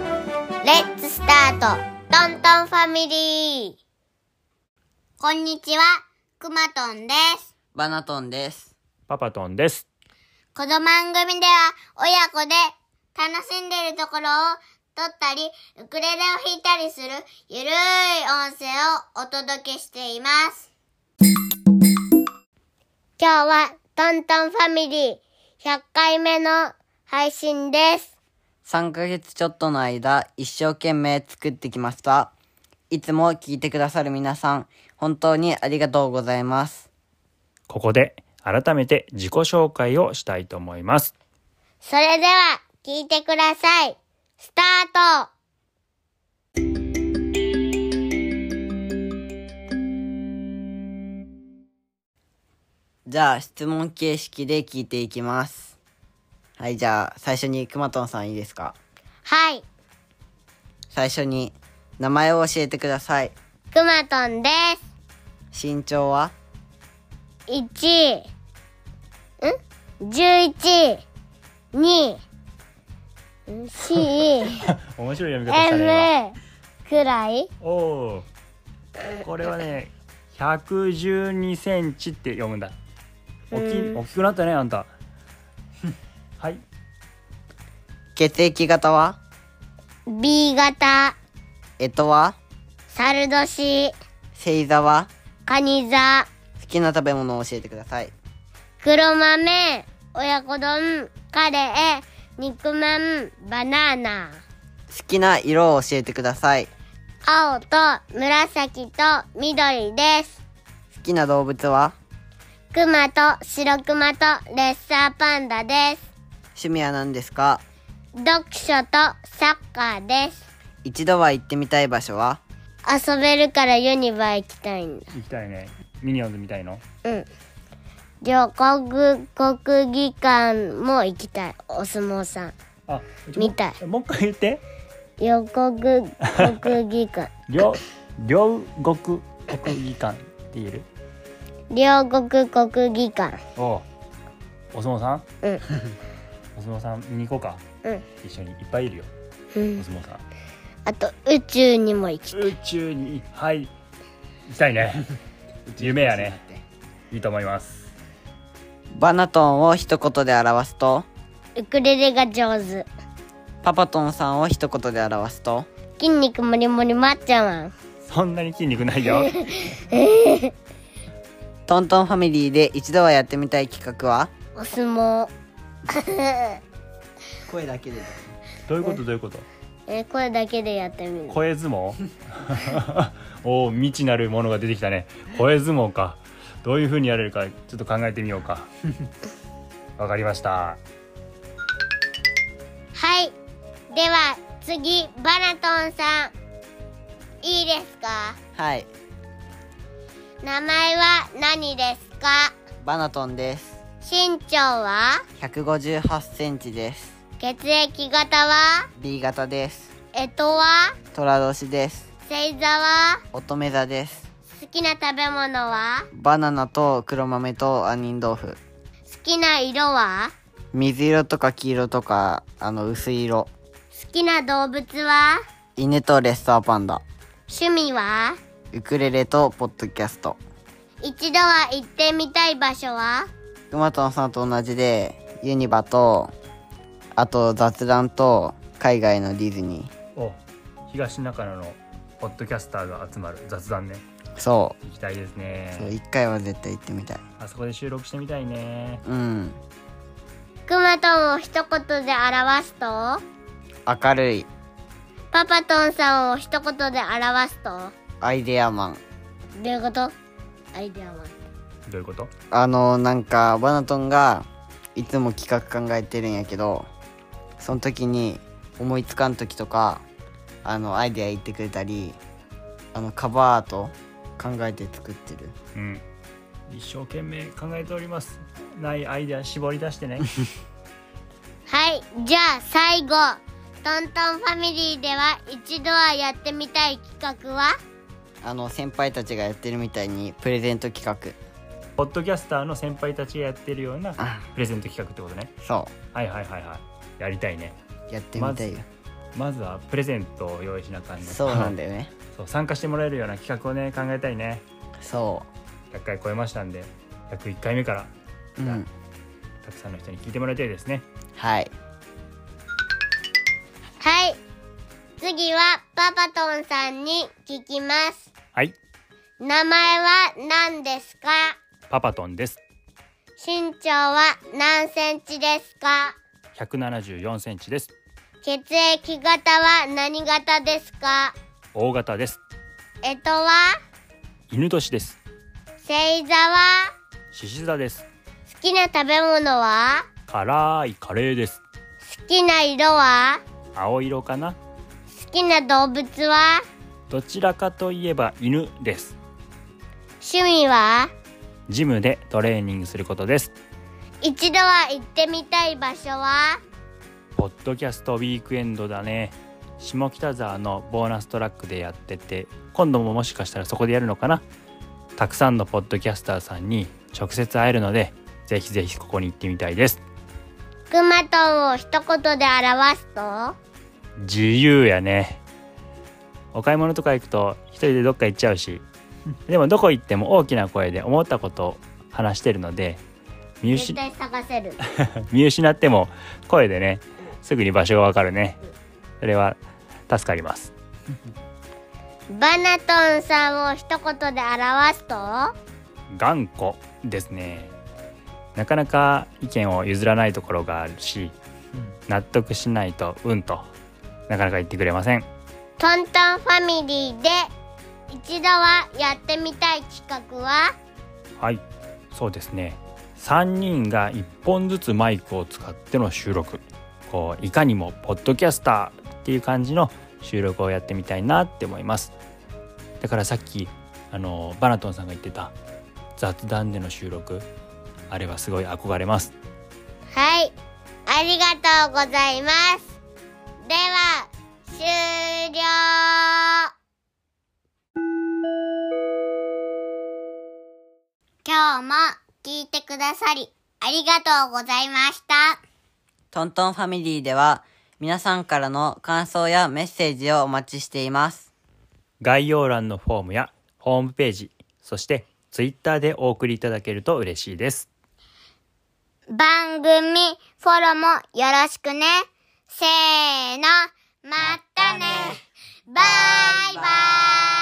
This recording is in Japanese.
レッツスタートトントンファミリーこんにちは、くまとんです。バナトンです。パパトンです。この番組では親子で楽しんでいるところを撮ったり、ウクレレを弾いたりするゆるい音声をお届けしています。今日はトントンファミリー100回目の配信です。 3ヶ月ちょっとの間、一生懸命作ってきました。いつも聞いてくださる皆さん、本当にありがとうございます。ここで改めて自己紹介をしたいと思います。それでは聞いてください。スタートじゃあ、質問形式で聞いていきます。はい、じゃあ、最初にくまとんさんいいですかはい、最初に、名前を教えてください。くまとんです。身長は1ん11 2 4面白い読み方したね。 m くらい今おおー。これはね、112センチって読むんだ。大きいうん大きくなったねあんた。 はい。血液型は B 型えとは猿年星座はカニ座好きな食べ物を教えてください。黒豆親子丼カレー肉まんバナナ好きな色を教えてください。青と紫と緑です好きな動物はクマと白クマとレッサーパンダです趣味は何ですか読書とサッカーです一度は行ってみたい場所は遊べるからユニバ行きたいんだ行きたいね。ミニオンズみたいの。うん両国国技館も行きたいお相撲さんあ、ちょ見たい。もう一回言って。両国国技 館両両国国技館って言える。両国国技館おお。お相撲さん。うん。お相撲さん見に行こうか。うん一緒にいっぱいいるよ。うおん相撲さん。あと宇宙にも行きたい宇宙にはい行きたいね 夢やねいいと思いますバナトンを一言で表すとウクレレが上手パパトンさんを一言で表すと筋肉もりもりまっちゃわんそんなに筋肉ない よトントンファミリーで一度はやってみたい企画はお相撲声だけでどういうことどういうことえこれだけでやってみる声相撲 おお未知なるものが出てきたね声相撲かどういう風にやれるかちょっと考えてみよう かわかりましたはいでは次バナトンさんいいですかはい名前は何ですかバナトンです身長は158センチです血液型は B 型ですえとは虎年です星座は乙女座です好きな食べ物はバナナと黒豆と杏仁豆腐好きな色は水色とか黄色とかあの薄い色好きな動物は犬とレッサーパンダ趣味はウクレレとポッドキャスト一度は行ってみたい場所はくまとんさんと同じでユニバとあと雑談と海外のディズニーお東中野のポッドキャスターが集まる雑談ねそ行きたいですうそうね一回は絶対行ってみたいあそこで収録してみたいねうんくまとんを一言で表すと明るいパパトンさんを一言で表すとどアイデアマンういうことアイデアマンどういうことあのなんかバナトンがいつも企画考えてるんやけどその時に思いつかん時とかあのアイデア言ってくれたりあのカバーアート考えて作ってるうん、一生懸命考えておりますないアイデア絞り出してね はいじゃあ最後トントンファミリーでは一度はやってみたい企画はあの先輩たちがやってるみたいにプレゼント企画 ポッドキャスターの先輩たちがやってるようなあプレゼント企画ってことねそはいはいはいはいやりたいねうやってみたいよ、ままずはプレゼントを用意しなあかんねそうなんでだよね そう参加してもらえるような企画をね考えたいねそ100回超えましたんで101回目からううんたくさんの人に聞いてもらいたいですねはいはい。次はパパトンさんに聞きます。はい名前は何ですかパパトンです身長は何センチですか174センチです血液型は何型ですか大型ですえとは犬年です星座は獅子座です好きな食べ物は辛いカレーです好きな色は青色かな好きな動物はどちらかといえば犬です趣味はジムでトレーニングすることです一度は行ってみたい場所はポッドキャストウィークエンドだね下北沢のボーナストラックでやってて今度ももしかしたらそこでやるのかなたくさんのポッドキャスターさんに直接会えるのでぜひぜひここに行ってみたいですクマトンを一言で表すと自由やねお買い物とか行くと一人でどっか行っちゃうしでもどこ行っても大きな声で思ったことを話してるので見絶失対探せる見失っても声でねすぐに場所がわかるねそれは助かりますバナトンさんを一言で表すと頑固ですねなかなか意見を譲らないところがあるし納得しないとうんとなかなか言ってくれませんトントンファミリーで一度はやってみたい企画ははいそうですね3人が1本ずつマイクを使っての収録こういかにもポッドキャスターっていう感じの収録をやってみたいなって思いますだからさっきあのバナトンさんが言ってた雑談での収録あれはすごい憧れますはいありがとうございますでは終了今日も聞いてくださりありがとうございましたトントンファミリーでは皆さんからの感想やメッセージをお待ちしています概要欄のフォームやホームページそして Twitter でお送りいただけると嬉しいです番組フォローもよろしくね。せーの、またね。バイバイ。